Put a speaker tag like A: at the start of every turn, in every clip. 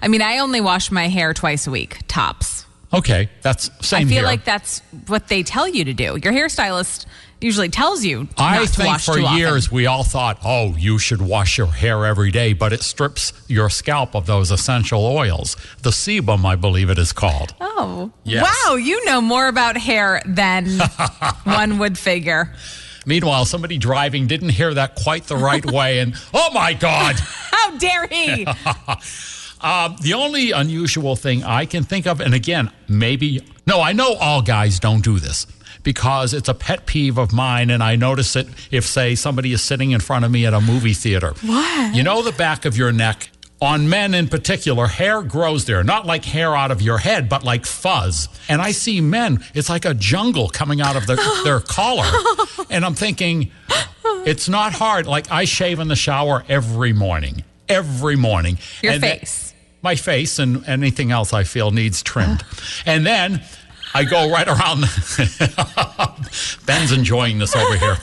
A: I mean, I only wash my hair twice a week, tops.
B: Okay, that's
A: I
B: same
A: feel
B: here.
A: like that's what they tell you to do. Your hairstylist usually tells you
B: I
A: not to
B: think
A: wash
B: for
A: too often.
B: years we all thought, oh, you should wash your hair every day, but it strips your scalp of those essential oils. The sebum, I believe it is called.
A: Oh,
B: Yes.
A: wow! You know more about hair than one would figure.
B: Meanwhile, somebody driving didn't hear that quite the right way, and oh my God.
A: How dare he?
B: Uh, the only unusual thing I can think of, and again, maybe, no, I know all guys don't do this because it's a pet peeve of mine, and I notice it if, say, somebody is sitting in front of me at a movie theater. What? You know, the back of your neck, on men in particular, hair grows there, not like hair out of your head, but like fuzz. And I see men, it's like a jungle coming out of their, their collar. And I'm thinking, it's not hard. Like, I shave in the shower every morning. Every morning.
A: Your
B: then-
A: face.
B: my face and anything else I feel needs trimmed. and then I go right around. The Ben's enjoying this over here.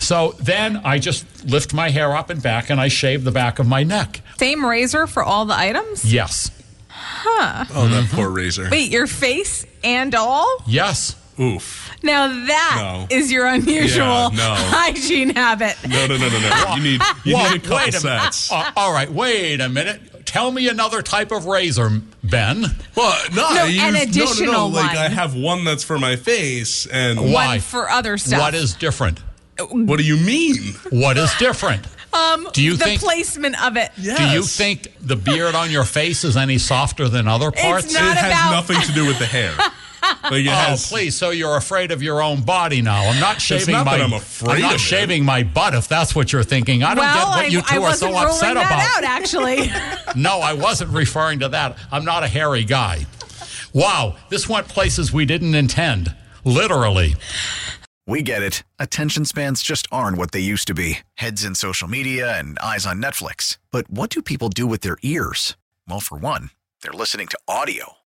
B: So then I just lift my hair up and back and I shave the back of my neck.
A: Same razor for all the items.
B: Yes.
C: Oh, that poor razor.
A: Wait, your face and all?
B: Yes.
C: Oof.
A: Now that
C: No.
A: is your unusual
C: Yeah, no.
A: hygiene habit.
C: No, no, no, no, no. You need you
B: Whoa,
C: need a couple
B: wait minute.
C: sets.
B: Uh, all right, wait a minute. Tell me another type of razor, Ben.
C: Well, no,
A: No,
C: I use,
A: an
C: no, no,
A: additional
C: no, Like
A: one.
C: I have one that's for my face, and
B: What? Why?
A: One for other stuff.
B: What is different?
C: what do you mean?
B: What is different? Um, do you
A: the
B: think?
A: placement of it?
C: Yes.
B: do you think the beard on your face is any softer than other parts?
C: it
A: not
C: has
A: about-
C: nothing to do with the hair? Like it
B: Oh,
C: has,
B: please! So you're afraid of your own body now? I'm not shaving
C: not
B: my.
C: that I'm afraid
B: I'm not
C: of it.
B: shaving my butt if that's what you're thinking. I don't
A: well,
B: get what
A: I,
B: you two
A: I
B: are
A: wasn't
B: so
A: ruling
B: upset
A: that out
B: about.
A: actually.
B: No, I wasn't referring to that. I'm not a hairy guy. Wow, this went places we didn't intend. Literally.
D: We get it. Attention spans just aren't what they used to be heads in social media and eyes on Netflix. But what do people do with their ears? Well, for one, they're listening to audio.